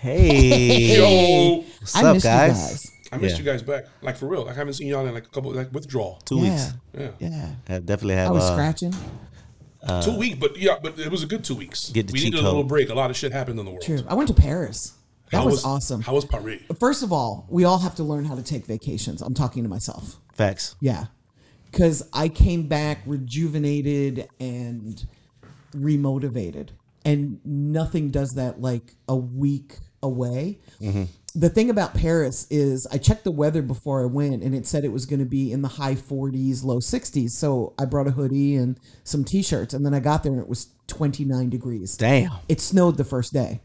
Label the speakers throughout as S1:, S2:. S1: Hey.
S2: Yo,
S1: What's
S3: I
S1: up,
S3: missed you
S1: guys?
S2: I missed
S1: Yeah.
S2: you guys back. Like for real. Like I haven't seen y'all in like a couple like withdrawal.
S1: Two weeks.
S2: Yeah.
S3: Yeah.
S1: I definitely
S3: I
S1: have
S3: was
S1: uh,
S3: scratching.
S2: two week, but yeah, but it was a good two weeks.
S1: Get the
S2: we
S1: cheat
S2: needed a little
S1: code.
S2: break. A lot of shit happened in the world.
S3: True. I went to Paris. That
S2: How
S3: was, awesome.
S2: How was Paris?
S3: First of all, we all have to learn how to take vacations. I'm talking to myself.
S1: facts.
S3: Yeah. Because I came back rejuvenated and remotivated. And nothing does that like a week away. The thing about Paris is I checked the weather before I went and it said it was going to be in the high 40s, low 60s. So I brought a hoodie and some t shirts. And then I got there and it was 29 degrees.
S1: Damn.
S3: It snowed the first day.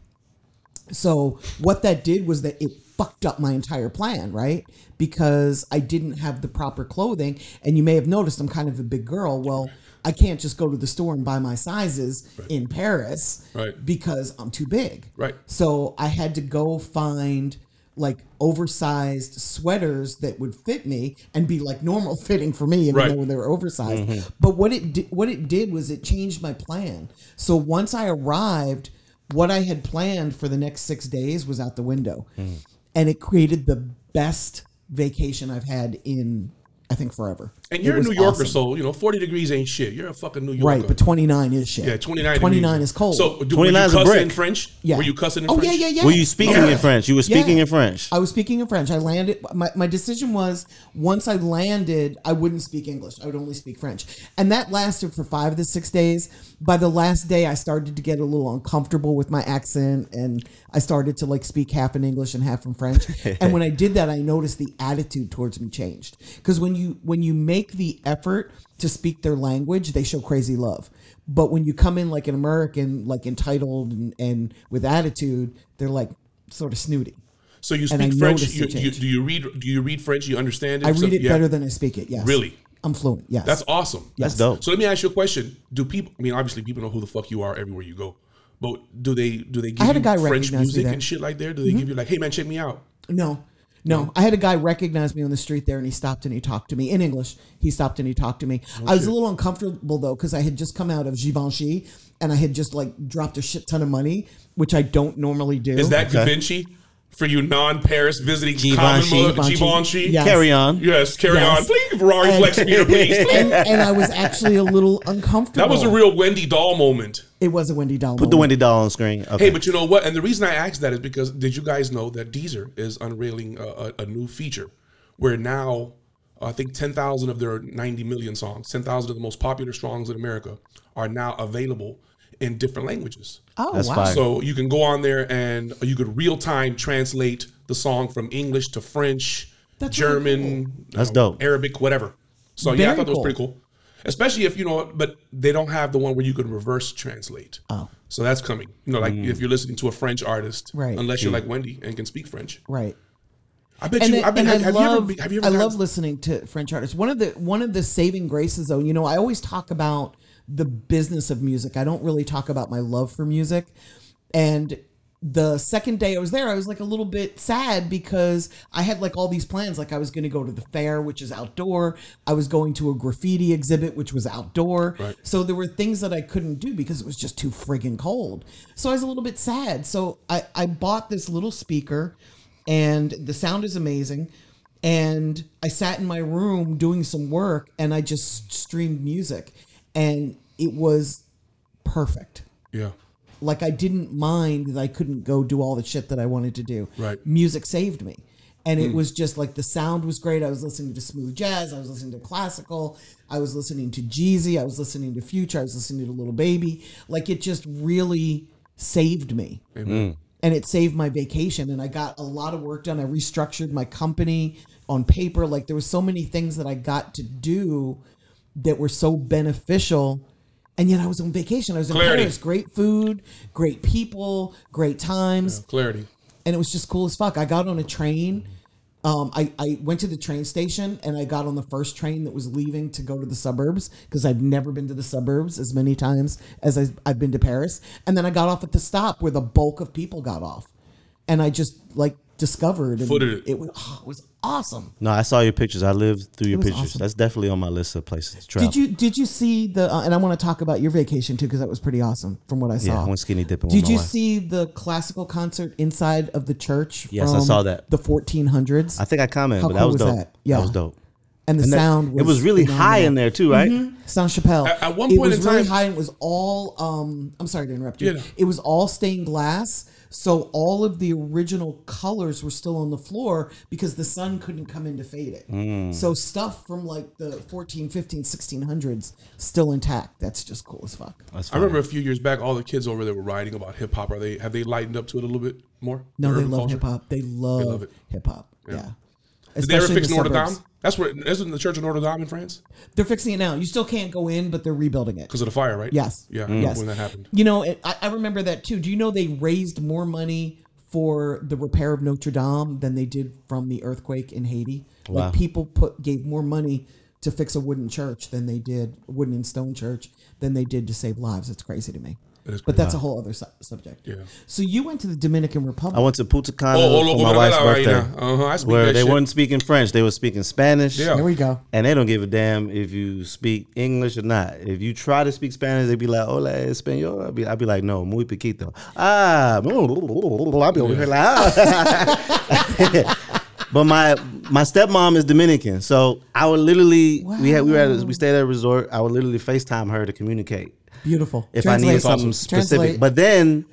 S3: So what that did was that it fucked up my entire plan, right? Because I didn't have the proper clothing, and you may have noticed I'm kind of a big girl. Well, I can't just go to the store and buy my sizes in Paris
S2: Right.
S3: because I'm too big.
S2: Right.
S3: So I had to go find like oversized sweaters that would fit me and be like normal fitting for me, even
S2: Right. Mm-hmm.
S3: though they were oversized. But what it di- what it did was it changed my plan. So once I arrived, what I had planned for the next six days was out the window,
S2: Mm.
S3: and it created the best vacation I've had in I think forever.
S2: And
S3: It
S2: you're a
S3: was
S2: New Yorker, so
S3: awesome.
S2: you know forty degrees ain't shit. You're a fucking New Yorker,
S3: right? But twenty nine is shit.
S2: yeah, twenty nine.
S3: Twenty nine is cold.
S2: So do,
S1: 29
S2: were you
S1: is a
S2: cussing
S1: brick.
S2: in French?
S3: yeah.
S2: Were you cussing in
S3: oh,
S2: French?
S3: yeah, yeah, yeah.
S1: Were you speaking in French? You were speaking in French.
S3: I was speaking in French. I landed. My, my decision was once I landed, I wouldn't speak English. I would only speak French. And that lasted for five to six days. By the last day, I started to get a little uncomfortable with my accent and I started to like speak half in English and half in French. and when I did that, I noticed the attitude towards me changed. Because when you when you make the effort to speak their language, they show crazy love. But when you come in like an American, like entitled and, and with attitude, they're like sort of snooty.
S2: So you
S3: I
S2: speak French?
S3: noticed
S2: You,
S3: the
S2: you,
S3: change.
S2: do you read? Do you read French? You understand it?
S3: I read
S2: So-
S3: it
S2: yeah.
S3: better than I speak it. Yes.
S2: Really?
S3: I'm fluent. Yes.
S2: That's awesome.
S1: That's dope.
S2: So let me ask you a question: Do people? I mean, obviously, people know who the fuck you are everywhere you go. But do they do they give
S3: had a
S2: you
S3: guy
S2: French
S3: recognize me
S2: music
S3: there. Mm-hmm.
S2: and shit like there? Do they give you like, hey man, check me out?
S3: no. No, I had a guy recognize me on the street there, and he stopped and he talked to me in English. He stopped and he talked to me.
S2: Oh,
S3: I was a little uncomfortable though because I had just come out of Givenchy and I had just like dropped a shit ton of money, which I don't normally do.
S2: Is that Da Vinci for you non-Paris visiting common
S1: Givenchy.
S2: mother-
S3: Givenchy.
S2: Givenchy?
S3: Yeah.
S1: Carry on.
S2: Yes, carry
S3: Yes.
S2: on. Please, Ferrari
S3: And-
S2: flex meter, please. please.
S3: and, and I was actually a little uncomfortable.
S2: That was a real Wendy doll moment.
S3: It was a Wendy doll.
S1: Put the Wendy doll on screen. Okay.
S2: Hey, but you know what? And the reason I asked that is because did you guys know that Deezer is unveiling a, a, a new feature where now I think 10,000 of their 90 million songs, 10,000 of the most popular songs in America are now available in different languages.
S3: Oh
S1: That's
S3: wow!
S1: fire.
S2: So you can go on there and you could real time translate the song from English to French,
S3: That's really
S2: German, you
S1: That's
S2: know,
S1: dope.
S2: Arabic, whatever. So yeah, I
S3: Very
S2: thought that
S3: cool.
S2: was pretty cool. Especially if you know, but they don't have the one where you can reverse translate. Oh, so that's coming. You know, like
S1: Mm.
S2: if you're listening to a French artist,
S3: Right.
S2: Unless you're like Wendy and can speak French.
S3: Right.
S2: I bet
S3: and,
S2: you.
S3: I-
S2: I bet,
S3: and
S2: have,
S3: I
S2: have you ever?
S3: love
S2: Been, have you ever?
S3: I
S2: gotten-
S3: love listening to French artists. One of the one of the saving graces, though, you know, I always talk about the business of music. I don't really talk about my love for music. And the second day I was there, I was like a little bit sad because I had like all these plans. Like I was going to go to the fair, which is outdoor. I was going to a graffiti exhibit, which was outdoor.
S2: Right.
S3: So there were things that I couldn't do because it was just too friggin' cold. So I was a little bit sad. So I, I bought this little speaker and the sound is amazing. And I sat in my room doing some work and I just streamed music and it was perfect.
S2: yeah.
S3: Like I didn't mind that I couldn't go do all the shit that I wanted to do.
S2: Right. Hmm.
S3: Music saved me. And it was just like the sound was great. I was listening to smooth jazz. I was listening to classical. I was listening to Jeezy. I was listening to Future. I was listening to Little Baby. Like it just really saved me. And it saved my vacation. And I got a lot of work done. I restructured my company on paper. Like there were so many things that I got to do that were so beneficial. And yet I was on vacation. I was in
S2: Clarity.
S3: Paris. Great food, great people, great times
S2: Clarity.
S3: and it was just cool as fuck. I got on a train. Um, I, I went to the train station and I got on the first train that was leaving to go to the suburbs because I've never been to the suburbs as many times as I, I've been to Paris. And then I got off at the stop where the bulk of people got off. And I just like discovered. And
S2: Footed it.
S3: It was, oh, it was awesome.
S1: No, I saw your pictures. I lived through your
S3: was
S1: pictures.
S3: awesome.
S1: That's definitely on my list of places to travel.
S3: Did you did you see the? Uh, and I want to talk about your vacation too because that was pretty awesome from what I saw.
S1: Yeah, I went skinny dipping with
S3: Did
S1: my
S3: you
S1: wife.
S3: see the classical concert inside of the church?
S1: Yes, I saw that.
S3: The 1400s.
S1: I think I commented,
S3: How
S1: but that
S3: cool
S1: was
S3: was
S1: dope.
S3: that? Yeah.
S1: that was dope.
S3: and the
S1: And that-
S3: sound. Was
S1: it was really high
S3: phenomenal. Mm-hmm.
S1: in there too, right?
S3: Sound Chappelle.
S2: At- at one
S3: it
S2: point
S3: was
S2: in
S3: really
S2: time-
S3: high. And it was all. Um, I'm sorry to interrupt you.
S2: Yeah.
S3: It was all stained glass, so all of the original colors were still on the floor because the sun couldn't come in to fade it.
S1: Mm.
S3: So stuff from like the 14, 15, 1600s still intact. That's just cool as fuck.
S1: That's
S2: I remember a few years back, all the kids over there were writing about hip hop. Are they have they lightened up to it a little bit more?
S3: No,
S2: The
S3: they
S2: urban
S3: love
S2: culture?
S3: hip hop. They love
S2: it.
S3: hip hop. Yeah.
S2: Did they ever
S3: Especially in
S2: fix
S3: the
S2: Notre
S3: suburbs.
S2: Dame? That's where isn't the church of Notre Dame in France
S3: They're fixing it now. You still can't go in, but they're rebuilding it.
S2: because of the fire, right?
S3: Yes.
S2: Yeah, I remember
S3: Yes.
S2: when that happened.
S3: You know, it, I, I remember that too. Do you know they raised more money for the repair of Notre Dame than they did from the earthquake in Haiti?
S1: Wow.
S3: Like people put gave more money to fix a wooden church than they did wooden and stone church than they did to save lives. It's crazy to me.
S2: It is
S3: But
S2: crazy.
S3: that's a whole other su- subject.
S2: Yeah.
S3: So you went to the Dominican Republic.
S1: I went to Punta Cana
S2: Oh, oh, oh,
S1: for my
S2: oh,
S1: wife's
S2: oh,
S1: birthday,
S2: yeah. Uh-huh, I speak
S1: where
S2: that
S1: they
S2: shit.
S1: weren't speaking French; they were speaking Spanish.
S2: Yeah.
S3: there we go.
S1: And they don't give a damn if you speak English or not. If you try to speak Spanish, they'd be like, "Hola, español." I'd be, I'd be like, "No, muy poquito." Ah, I'd be over here like, "Ah." But my my stepmom is Dominican, so I would literally we had we were at a, we stayed at a resort. I would literally Facetime her to communicate
S3: Beautiful.
S1: if I needed
S3: Translate.
S1: something specific.
S3: Translate.
S1: But then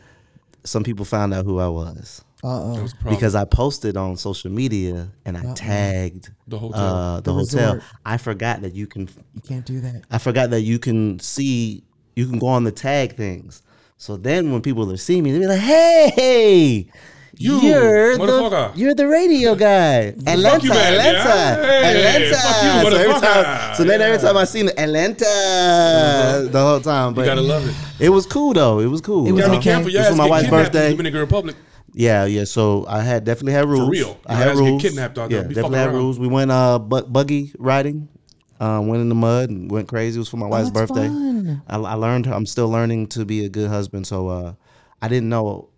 S1: some people found out who I was
S2: That was a problem. Uh-uh.
S1: because I posted on social media and I tagged
S2: The
S1: the
S2: hotel.
S1: hotel. Uh, the,
S3: The
S1: hotel.
S3: resort.
S1: I forgot that you can.
S3: you can't do that.
S1: I forgot that you can see. You can go on the tag things. So then when people see me, they be like, "Hey."
S2: You,
S1: are the,
S2: motherfucker."
S1: you're the radio guy. Atlanta,
S2: you, man,
S1: Atlanta,
S2: yeah. Hey,
S1: Atlanta.
S2: fuck you,
S1: so, every
S2: motherfucker.
S1: time, so then every time I seen Atlanta the whole time, but
S2: Uh-huh. You gotta love it.
S1: it was cool though. It was cool.
S3: It was
S2: Gotta be
S3: Okay.
S2: careful. Your
S1: This
S2: ass
S1: was my
S2: get
S1: wife's
S2: kidnapped in the
S1: birthday.
S2: Dominican Republic.
S1: Yeah, yeah. So I had definitely had rules.
S2: real.
S1: I
S2: Your
S1: had
S2: ass get
S1: rules.
S2: kidnapped out there.
S1: yeah,
S2: Be
S1: definitely
S2: fucking
S1: had
S2: around.
S1: rules. We went uh bu- buggy riding. Um, went in the mud and went crazy. It was for my wife's
S3: Oh, that's
S1: birthday.
S3: fun.
S1: I, I learned. I'm still learning to be a good husband. So uh, I didn't know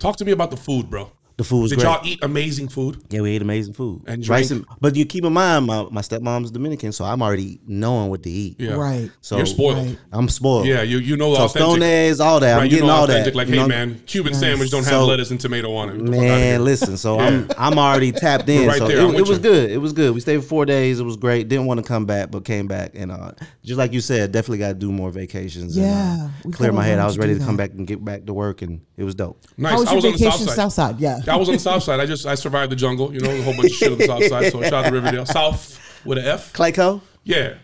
S2: Talk to me about the food, bro.
S1: the food was
S2: Did
S1: great.
S2: y'all eat amazing food?
S1: yeah, we ate amazing food.
S2: And
S1: rice.
S2: drank.
S1: and- but you keep in mind, my, my stepmom's Dominican, so I'm already knowing what to eat.
S2: Yeah.
S3: Right.
S1: So
S2: You're spoiled.
S3: Right.
S1: I'm spoiled.
S2: Yeah, you you know the
S1: Tostones,
S2: authentic.
S1: all that.
S2: Right,
S1: I'm
S2: you
S1: getting
S2: know
S1: all that.
S2: authentic. Like,
S1: you
S2: hey
S1: know?
S2: man, Cuban sandwich don't have
S1: So-
S2: lettuce and tomato on it. Get the fuck outta here.
S1: Man, listen. So I'm I'm already tapped in.
S2: right
S1: so
S2: there,
S1: it-
S2: I'm
S1: it,
S2: with
S1: was
S2: you.
S1: good. It was good. We stayed for four days. It was great. Didn't want to come back, but came back. And uh, just like you said, definitely got to do more vacations.
S3: Yeah,
S1: And, uh,
S3: we
S1: clear
S3: kinda
S1: my head.
S3: wanted
S1: I was
S3: to
S1: ready
S3: do
S1: to come
S3: that.
S1: back and get back to work, and it was dope.
S2: Nice.
S3: How was
S2: I
S3: your
S2: was on the
S3: vacation?
S2: south side.
S3: South side. Yeah.
S2: I was on the south side. I just I survived the jungle. You know, a whole bunch of shit on the south side. So shout out to Riverdale. South with an F.
S1: Clayco.
S2: Yeah.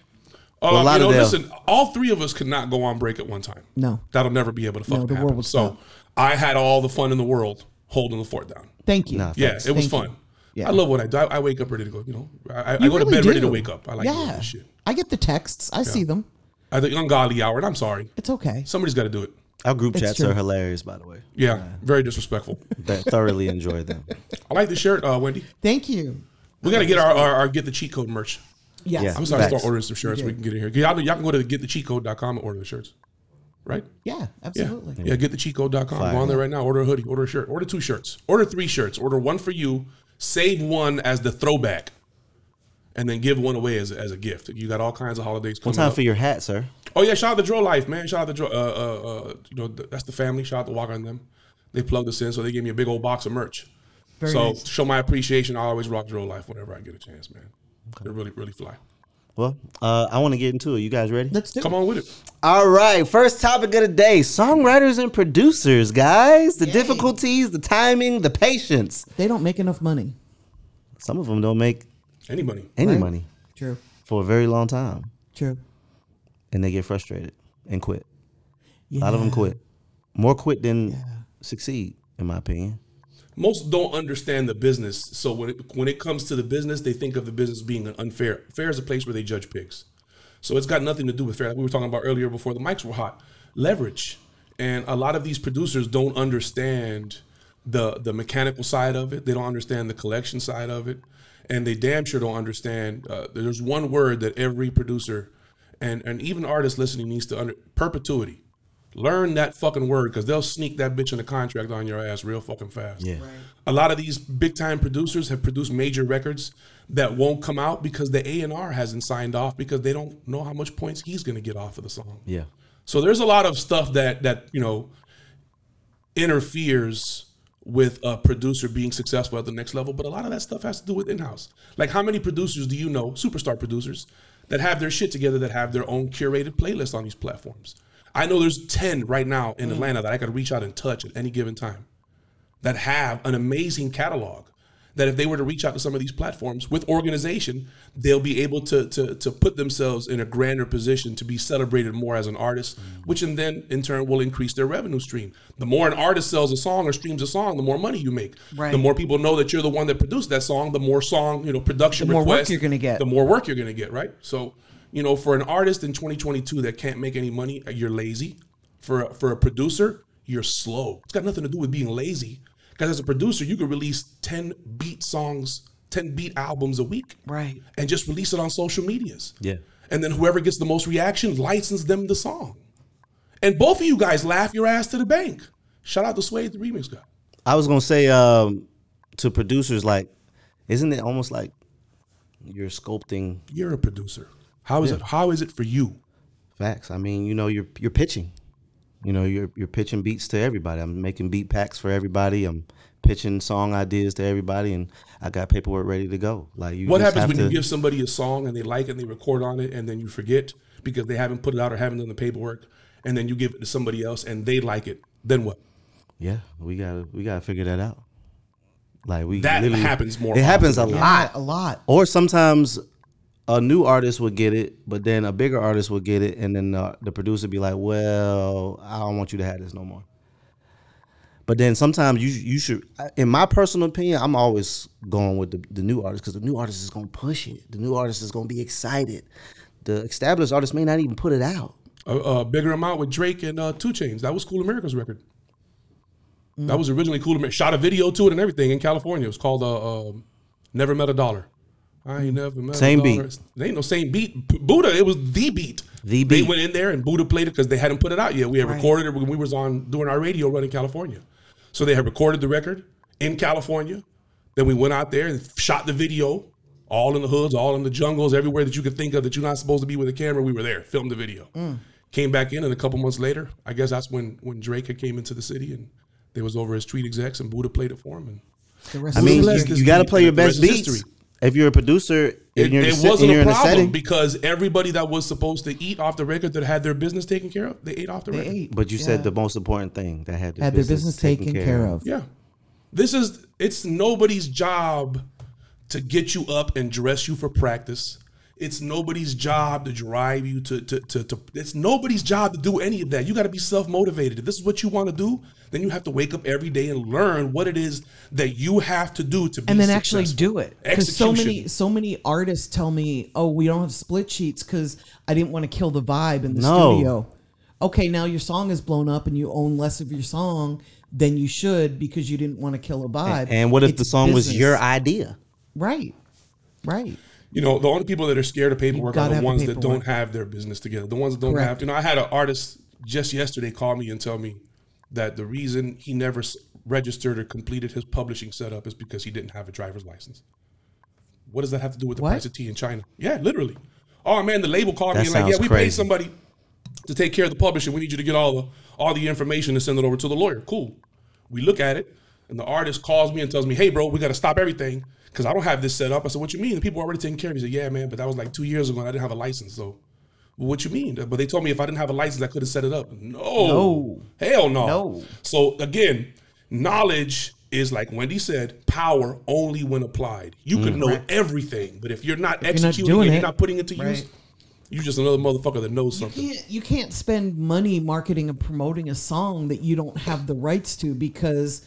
S2: Um, you know,
S1: Lauderdale.
S2: listen, all three of us could not go on break at one time.
S3: No.
S2: That'll never be able to fucking
S3: the world
S2: happen.
S3: would
S2: so
S3: stop.
S2: I had all the fun in the world holding the fort down.
S3: Thank you.
S2: Yeah, it was
S3: Thank
S2: fun.
S3: you. Yeah.
S2: I love what I do. I, I wake up ready to go. You know, I, I
S3: You
S2: go to
S3: really
S2: bed ready to
S3: do.
S2: wake up. I like doing this shit.
S3: I get the texts. I see them.
S2: At the ungodly hour, and I'm sorry.
S3: It's okay.
S2: Somebody's got to do it.
S1: Our group
S3: It's
S1: chats
S3: true.
S1: are hilarious, by the way.
S2: Yeah, very disrespectful.
S1: Th- thoroughly enjoy them.
S2: I like the shirt, uh, Wendy.
S3: Thank you.
S2: We got to get our, our, our get the cheat code merch.
S3: Yes.
S1: Yeah.
S2: I'm sorry,
S1: Facts.
S2: start ordering some shirts. We can get it here. Y'all, know- y'all can go to getthecheatcode.com and order the shirts, right?
S3: Yeah,
S2: Yeah,
S3: absolutely.
S2: yeah. Getthecheatcode.com. Go on there right now. Order a hoodie. Order a shirt. Order two shirts. Order three shirts. Order one for you. Save one as the throwback, and then give one away as, as a gift. You got all kinds of holidays coming
S1: Time
S2: up.
S1: for your hat, sir.
S2: Oh yeah, shout out to Dro Life, man. Shout out to Dro. Uh, uh, uh, you know th- that's the family. Shout out to Walker and them. They plugged us in, so they gave me a big old box of merch.
S3: Very
S2: so
S3: nice.
S2: to show my appreciation. I always rock Dro Life whenever I get a chance, man. They're really really fly.
S1: Well, uh, I want to get into it. You guys ready?
S3: Let's do
S2: Come
S3: it.
S2: on with it.
S1: All right, first topic of the day songwriters and producers, guys. The
S3: Yay.
S1: difficulties, the timing, the patience.
S3: They don't make enough money.
S1: Some of them don't make
S2: Any money.
S1: any
S3: Right.
S1: money
S3: True.
S1: for a very long time
S3: True.
S1: and they get frustrated and quit.
S3: Yeah.
S1: A lot of them quit. More quit than
S3: Yeah.
S1: succeed, in my opinion.
S2: Most don't understand the business, so when it, when it comes to the business, they think of the business being unfair. Fair is a place where they judge pigs, so it's got nothing to do with fair. Like we were talking about earlier before the mics were hot, leverage, and a lot of these producers don't understand the the mechanical side of it. They don't understand the collection side of it, and they damn sure don't understand. Uh, there's one word that every producer and and even artist listening needs to under perpetuity. Learn that fucking word because they'll sneak that bitch in the contract on your ass real fucking fast.
S1: Yeah. Right.
S2: A lot of these big time producers have produced major records that won't come out because the A and R hasn't signed off because they don't know how much points he's going to get off of the song.
S1: Yeah.
S2: So there's a lot of stuff that that you know interferes with a producer being successful at the next level, but a lot of that stuff has to do with in-house. Like how many producers do you know, superstar producers, that have their shit together that have their own curated playlist on these platforms? I know there's 10 right now in Atlanta that I could reach out and touch at any given time that have an amazing catalog that if they were to reach out to some of these platforms with organization, they'll be able to to, to put themselves in a grander position to be celebrated more as an artist,
S3: Mm.
S2: which and then in turn will increase their revenue stream. The more an artist sells a song or streams a song, the more money you make.
S3: Right.
S2: The more people know that you're the one that produced that song, the more song you know production.
S3: The more work
S2: requests,
S3: you're gonna get.
S2: The more work you're going to get. Right. So you know for an artist in 2022 that can't make any money, uh, you're lazy. For a- for a producer, you're slow. It's got nothing to do with being lazy. Because as a producer, you could release 10 beat songs, 10 beat albums a week.
S3: Right.
S2: And just release it on social medias.
S1: Yeah.
S2: And then whoever gets the most reaction, license them the song. And both of you guys laugh your ass to the bank. Shout out to Suede, the remix guy.
S1: I was gonna say um, to producers, like, isn't it almost like you're sculpting
S2: You're a producer. How is it? How is it for you?
S1: facts? I mean, you know, you're you're pitching. You know, you're you're pitching beats to everybody. I'm making beat packs for everybody. I'm pitching song ideas to everybody, and I got paperwork ready to go. Like, you
S2: What
S1: just
S2: happens
S1: have
S2: when
S1: to,
S2: you give somebody a song and they like it and they record on it and then you forget because they haven't put it out or haven't done the paperwork and then you give it to somebody else and they like it? Then what?
S1: Yeah, we gotta we gotta figure that out. Like we
S2: That
S1: literally-
S2: happens more
S1: It happens a
S2: often
S1: lot.
S3: lot, a lot.
S1: Or sometimes a new artist would get it, but then a bigger artist would get it, and then the, the producer be like, "Well, I don't want you to have this no more." But then sometimes you you should, in my personal opinion, I'm always going with the, the new artist because the new artist is gonna push it. The new artist is gonna be excited. The established artist may not even put it out.
S2: a, a bigger amount with Drake and uh, Two Chains. That was Cool America's record. That was originally Cool America. Shot a video to it and everything in California. It was called uh, um, "Never Met a Dollar." I ain't never met
S1: Same
S2: a dollar.
S1: beat.
S2: They ain't no same beat. P- Buddha, it was the beat.
S1: The
S2: They
S1: beat.
S2: went in there and Buddha played it because they hadn't put it out yet. We had recorded it when we was on doing our radio run in California. So they had recorded the record in California. Then we went out there and shot the video, all in the hoods, all in the jungles, everywhere that you could think of that you're not supposed to be with a camera. We were there, filmed the video. Came back in, and a couple months later, I guess that's when when Drake had came into the city and they was over his street execs, and Buddha played it for him. And
S3: The rest
S1: I
S3: of
S1: mean,
S2: bless
S1: you,
S2: this
S1: you gotta
S2: beat
S1: play
S2: and
S1: your
S2: the rest
S1: best
S2: is
S1: beats.
S2: history.
S1: If you're a producer,
S2: it,
S1: and you're, in
S2: it
S1: a se-
S2: wasn't
S1: and you're
S2: a
S1: in a
S2: problem
S1: setting,
S2: because everybody that was supposed to eat off the record that had their business taken care of, they ate off the
S3: they
S2: record.
S3: ate.
S1: But you said
S3: Yeah.
S1: the most important thing that had their
S3: had their business taken care of.
S2: Yeah. This is it's nobody's job to get you up and dress you for practice. It's nobody's job to drive you to to to, to it's nobody's job to do any of that. You got to be self-motivated. If this is what you want to do, then you have to wake up every day and learn what it is that you have to do to be
S3: and then actually
S2: successful.
S3: do it because so many
S2: Execution.
S3: so many artists tell me oh we don't have split sheets because i didn't want to kill the vibe in the
S1: No.
S3: studio okay now your song is blown up and you own less of your song than you should because you didn't want to kill a vibe
S1: And what if
S3: It's
S1: the song was
S3: business.
S1: your idea?
S3: right right
S2: You know, the only people that are scared of paperwork
S3: gotta
S2: are the
S3: have the
S2: ones that don't
S3: paperwork.
S2: have their business together. The ones that don't
S3: Correct.
S2: have. You know, I had an artist just yesterday call me and tell me that the reason he never s- registered or completed his publishing setup is because he didn't have a driver's license. What does that have to do with the
S3: What?
S2: price of tea in China? Yeah, literally. Oh man, the label called
S1: That
S2: me and like, yeah,
S1: sounds
S2: we paid
S1: crazy.
S2: somebody to take care of the publishing. We need you to get all the all the information and send it over to the lawyer. Cool. We look at it, and the artist calls me and tells me, "Hey, bro, we got to stop everything because I don't have this set up." I said, "What you mean? The people are already taking care of." it." He said, "Yeah, man, but that was like two years ago, and I didn't have a license, so." Well, what you mean? But they told me if I didn't have a license, I could have set it up. No,
S3: No.
S2: hell no.
S3: No.
S2: So again, knowledge is like Wendy said, power only when applied. You could know everything, but if you're not
S3: Mm. you're not
S2: executing
S3: doing
S2: it, you're
S3: it,
S2: not putting it to use.
S3: right.
S2: You're just another motherfucker that knows
S3: you
S2: something.
S3: can't you can't spend money marketing and promoting a song that you don't have the rights to because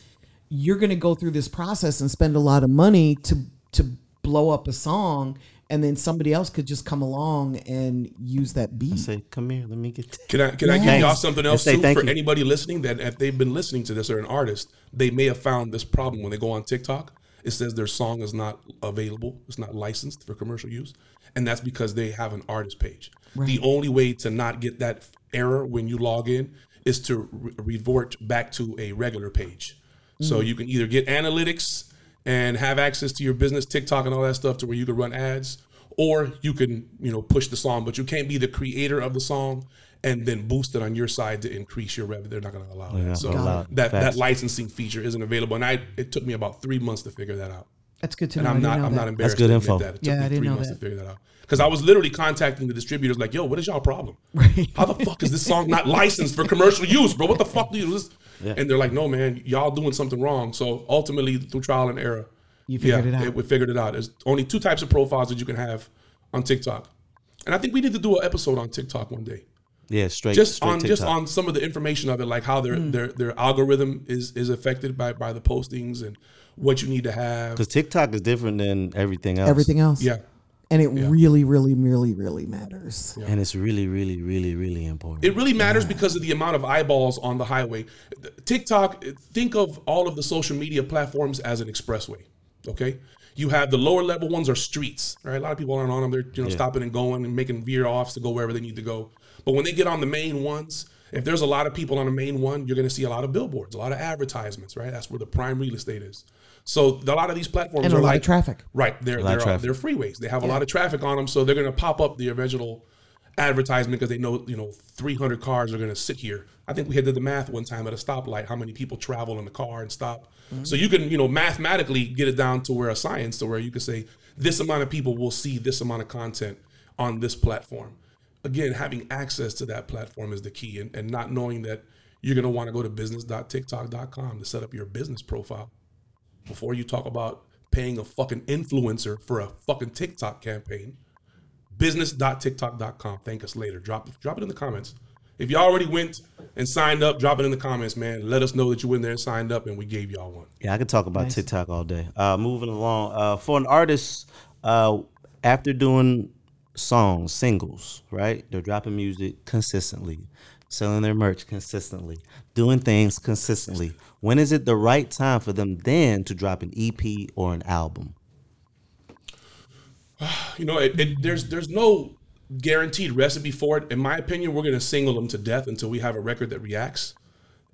S3: you're going to go through this process and spend a lot of money to to blow up a song and then somebody else could just come along and use that beat
S1: Say, come here, let me get.
S2: Can I can I give
S1: Thanks.
S2: y'all something else
S1: Let's say
S2: too
S1: thank
S2: for
S1: you.
S2: anybody listening that if they've been listening to this or an artist, they may have found this problem when they go on TikTok. It says their song is not available, it's not licensed for commercial use, and that's because they have an artist page. The only way to not get that error when you log in is to re- revert back to a regular page. So
S1: Mm.
S2: you can either get analytics and have access to your business TikTok and all that stuff to where you can run ads, or you can you know push the song, but you can't be the creator of the song and then boost it on your side to increase your revenue. They're not going to allow that. So
S1: gonna allow it.
S2: that that
S1: Facts.
S2: licensing feature isn't available, and I it took me about three months to figure that out.
S3: That's good to
S2: And
S3: know.
S2: I'm
S3: I
S2: not.
S3: didn't
S2: I'm
S3: know
S2: not
S3: that.
S2: embarrassed.
S1: good
S2: to
S1: info.
S2: Admit that. It took
S3: Yeah,
S2: me
S3: I didn't
S2: three
S3: know
S2: months
S3: that.
S2: to figure that out because I was literally contacting the distributors like, "Yo, what is y'all problem? How the fuck is this song not licensed for commercial use, bro? What the fuck do you?" This? And they're like, "No, man, y'all doing something wrong." So ultimately, through trial and error,
S3: You figured it out.
S2: we figured it out. There's only two types of profiles that you can have on TikTok, and I think we need to do an episode on TikTok one day
S1: Yeah, straight.
S2: just
S1: straight
S2: on
S1: TikTok.
S2: just on some of the information of it, like how their
S3: Mm.
S2: their their algorithm is is affected by by the postings and what you need to have.
S1: because TikTok is different than everything else.
S3: Everything else.
S2: Yeah,
S3: And it really, really, really, really matters.
S1: and it's really, really, really, really important.
S2: it really matters because of the amount of eyeballs on the highway. TikTok, think of all of the social media platforms as an expressway. Okay, you have the lower level ones are streets. Right, a lot of people aren't on them. They're you know stopping and going and making veer offs to go wherever they need to go. But when they get on the main ones. If there's a lot of people on the main one, you're going to see a lot of billboards, a lot of advertisements, right? That's where the prime real estate is. So a lot of these platforms
S3: And a
S2: are
S3: lot of
S2: like
S3: traffic.
S2: Right. They're
S1: lot of
S2: they're, uh, they're freeways. They have a lot of traffic on them, so they're going to pop up the original advertisement because they know you know 300 cars are going to sit here. I think we had did the math one time at a stoplight how many people travel in the car and stop. So you can you know mathematically get it down to where a science to where you can say this amount of people will see this amount of content on this platform. Again, having access to that platform is the key, and, and not knowing that you're going to want to go to business.tiktok.com to set up your business profile before you talk about paying a fucking influencer for a fucking TikTok campaign, business.tiktok.com. Thank us later. Drop drop it in the comments. If you already went and signed up, drop it in the comments, man. Let us know that you went there and signed up and we gave y'all one.
S1: Yeah, I could talk about TikTok all day. Uh, moving along, uh, for an artist, uh, after doing songs, singles, right? They're dropping music consistently, selling their merch consistently, doing things consistently. When is it the right time for them then to drop an EP or an album?
S2: You know, it, it, there's there's no guaranteed recipe for it. In my opinion, we're gonna single them to death until we have a record that reacts.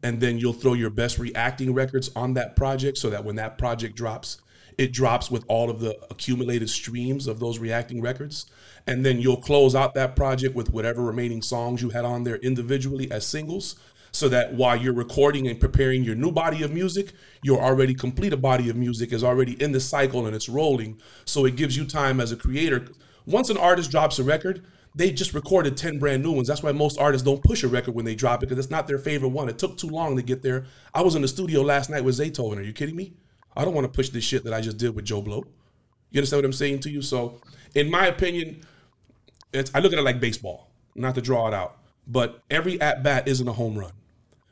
S2: and then you'll throw your best reacting records on that project so that when that project drops it drops with all of the accumulated streams of those reacting records and then you'll close out that project with whatever remaining songs you had on there individually as singles so that while you're recording and preparing your new body of music your already completed body of music is already in the cycle and it's rolling so it gives you time as a creator once an artist drops a record they just recorded 10 brand new ones. That's why most artists don't push a record when they drop it because it's not their favorite one. It took too long to get there. I was in the studio last night with Zaytoven. Are you kidding me? I don't want to push this shit that I just did with Joe Blow. You understand what I'm saying to you? So, in my opinion, it's, I look at it like baseball, not to draw it out, but every at bat isn't a home run.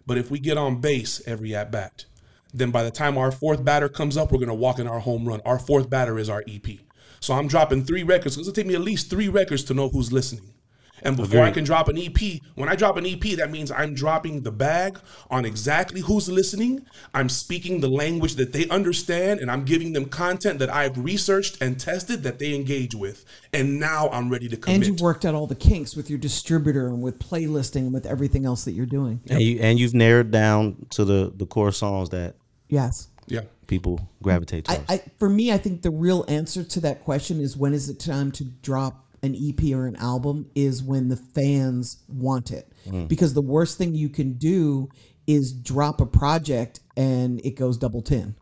S2: But if we get on base every at bat, then by the time our fourth batter comes up, we're going to walk in our home run. Our fourth batter is our EP. So I'm dropping three records. It's going to take me at least three records to know who's listening. And before I can drop an EP, when I drop an EP, that means I'm dropping the bag on exactly who's listening. I'm speaking the language that they understand, and I'm giving them content that I've researched and tested that they engage with. And now I'm ready to
S3: And
S2: commit.
S3: you've worked out all the kinks with your distributor and with playlisting and with everything else that you're doing.
S1: And you and you've narrowed down to the the core songs that
S3: Yes.
S2: yeah.
S1: people gravitate
S3: I,
S1: towards.
S3: I, for me, I think the real answer to that question is when is it time to drop an EP or an album is when the fans want it. Because the worst thing you can do is drop a project and it goes double tin.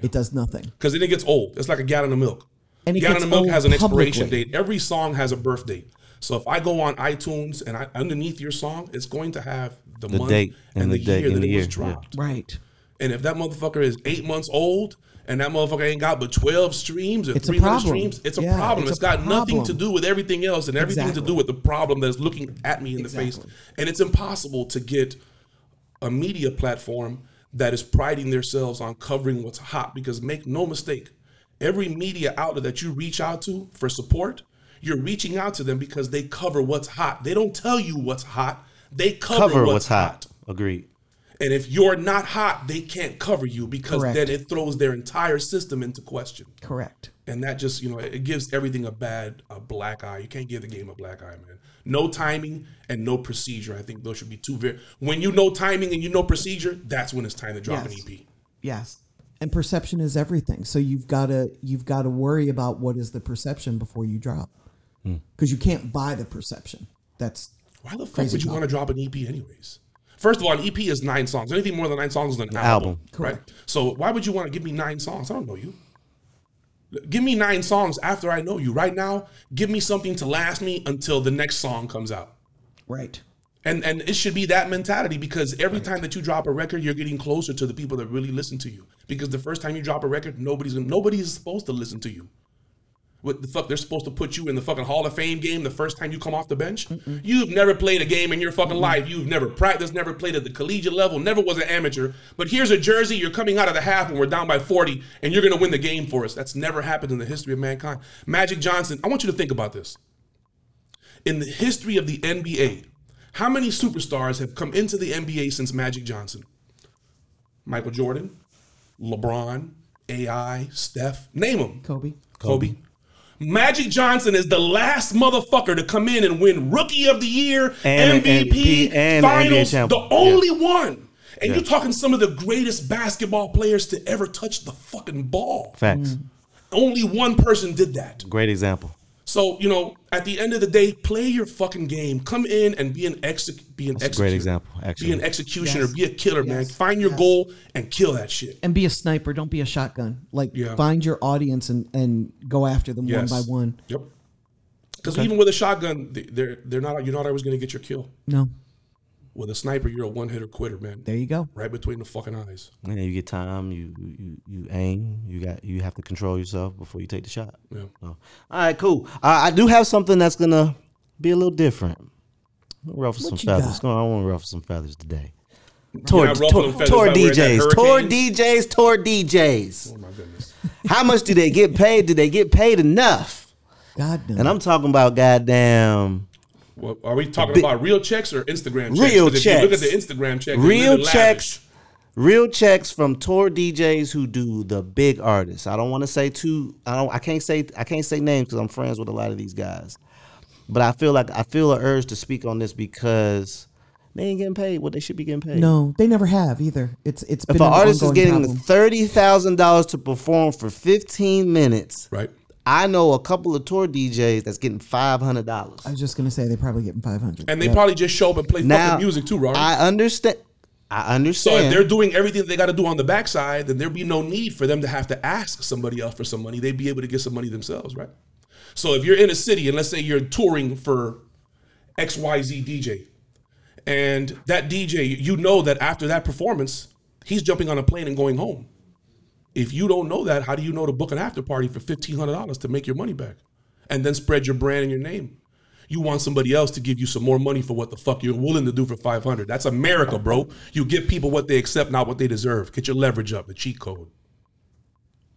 S3: It does nothing.
S2: because then it gets old. It's like a gallon of milk.
S3: And it
S2: gallon
S3: gets
S2: of milk
S3: old
S2: has an expiration
S3: publicly.
S2: date. Every song has a birth date. So if I go on iTunes and I, underneath your song, it's going to have the, month
S1: date
S2: and, the,
S1: date
S2: year
S1: and
S2: that
S1: the
S2: it
S1: year,
S2: was
S1: yeah.
S2: dropped.
S3: Right.
S2: And if that motherfucker is eight months old and that motherfucker ain't got but twelve streams or
S3: It's a
S2: three hundred
S3: problem.
S2: streams, it's a
S3: Yeah,
S2: problem.
S3: it's
S2: it's
S3: a
S2: got nothing
S3: problem.
S2: to do with everything else and everything to
S3: Exactly.
S2: do with the problem that is looking at me in the face.
S3: Exactly.
S2: And it's impossible to get a media platform that is priding themselves on covering what's hot because make no mistake every media outlet that you reach out to for support you're reaching out to them because they cover what's hot they don't tell you what's hot they cover,
S1: Cover what's hot. Agreed.
S2: And if you're not hot, they can't cover you because
S3: Correct.
S2: then it throws their entire system into question.
S3: Correct.
S2: And that just, you know, it gives everything a bad, a black eye. You can't give the game a black eye, man. No timing and no procedure. I think those should be two very. When you know timing and you know procedure, that's when it's time to drop
S3: Yes.
S2: an E EP.
S3: Yes. And perception is everything. So you've got to you've got to worry about what is the perception before you drop. Cuz you can't buy the perception. That's
S2: Why the fuck
S3: Crazy
S2: would you
S3: talk.
S2: want to drop an EP anyways? First of all, an EP is nine songs. Anything more than nine songs is an album.
S1: album.
S2: Right. So why would you want to give me nine songs? I don't know you. Give me nine songs after I know you. Right now, give me something to last me until the next song comes out.
S3: right.
S2: And and it should be that mentality because every time that you drop a record, you're getting closer to the people that really listen to you. Because the first time you drop a record, nobody's gonna- nobody is supposed to listen to you. What the fuck? They're supposed to put you in the fucking Hall of Fame game the first time you come off the bench. You've never played a game in your fucking life. You've never practiced, never played at the collegiate level, never was an amateur. But here's a jersey. You're coming out of the half and we're down by 40, and you're gonna win the game for us. That's never happened in the history of mankind. Magic Johnson. I want you to think about this in the history of the NBA, how many superstars have come into the NBA since Magic Johnson? Michael Jordan, LeBron, AI, Steph, name them.
S3: Kobe.
S2: Kobe. Magic Johnson is the last motherfucker to come in and win Rookie of the Year,
S1: And-
S2: MVP,
S1: and- and
S2: Finals,
S1: NBA champ.
S2: the only one. And
S1: Yeah.
S2: you're talking some of the greatest basketball players to ever touch the fucking ball.
S1: Facts.
S3: Mm.
S2: Only one person did that.
S1: Great example.
S2: So you know, at the end of the day, play your fucking game. Come in and be an exec, be an
S1: That's a great
S2: executor.
S1: example, actually.
S2: Be an executioner.
S3: Yes.
S2: Be a killer, man.
S3: Yes.
S2: Find your
S3: Yes.
S2: goal and kill that shit.
S3: And be a sniper, don't be a shotgun. Like
S2: Yeah.
S3: find your audience and and go after them
S2: Yes.
S3: one by one.
S2: Yep. Because even with a shotgun, th- they're they're not you're not always going to get your kill.
S3: No.
S2: With a sniper, you're a one hitter quitter, man.
S3: There you go.
S2: Right between the fucking eyes.
S1: Yeah, you get time. You you you aim. You got you have to control yourself before you take the shot.
S2: Yeah.
S1: So, all right, cool. I, I do have something that's gonna be a little different. I'm gonna ruffle some
S3: you
S1: feathers.
S3: got?
S1: Go on, I want to ruffle some feathers today. Tour,
S2: not ruffling
S1: tour,
S2: feathers
S1: tour
S2: by wearing that
S1: DJs, tour
S2: hurricane?
S1: DJs, tour DJs.
S2: Oh my goodness.
S1: How much do they get paid? Do they get paid enough?
S3: God knows.
S1: And I'm talking about goddamn
S2: Well, are we talking
S1: Big-
S2: about real checks or Instagram? checks?
S1: Real
S2: 'Cause if you look at
S1: checks.
S2: the Instagram check. they're
S1: real
S2: living
S1: checks, real checks from tour DJs who do the big artists. I don't want to say too. I don't. I can't say. I can't say names because I'm friends with a lot of these guys. But I feel like I feel an urge to speak on this because they ain't getting paid what they should be getting paid.
S3: no, they never have either. It's it's been
S1: If an
S3: an
S1: artist is
S3: ongoing
S1: getting
S3: problem.
S1: thirty thousand dollars to perform for fifteen minutes,
S2: Right.
S1: I know a couple of tour DJs that's getting five hundred dollars.
S3: I was just gonna say they probably getting five hundred.
S2: And they probably just show up and play
S1: Now
S2: fucking music too, Robert.
S1: I understand. I
S2: So if
S1: understand.
S2: they're doing everything they got to do on the backside, then there'd be no need for them to have to ask somebody else for some money. They'd be able to get some money themselves, right? So if you're in a city and let's say you're touring for XYZ DJ, and that DJ, you know that after that performance, he's jumping on a plane and going home. If you don't know that, how do you know to book an after party for fifteen hundred dollars to make your money back, and then spread your brand and your name? You want somebody else to give you some more money for what the fuck you're willing to do for five hundred. That's America, bro. You give people what they accept, not what they deserve. Get your leverage up, the cheat code.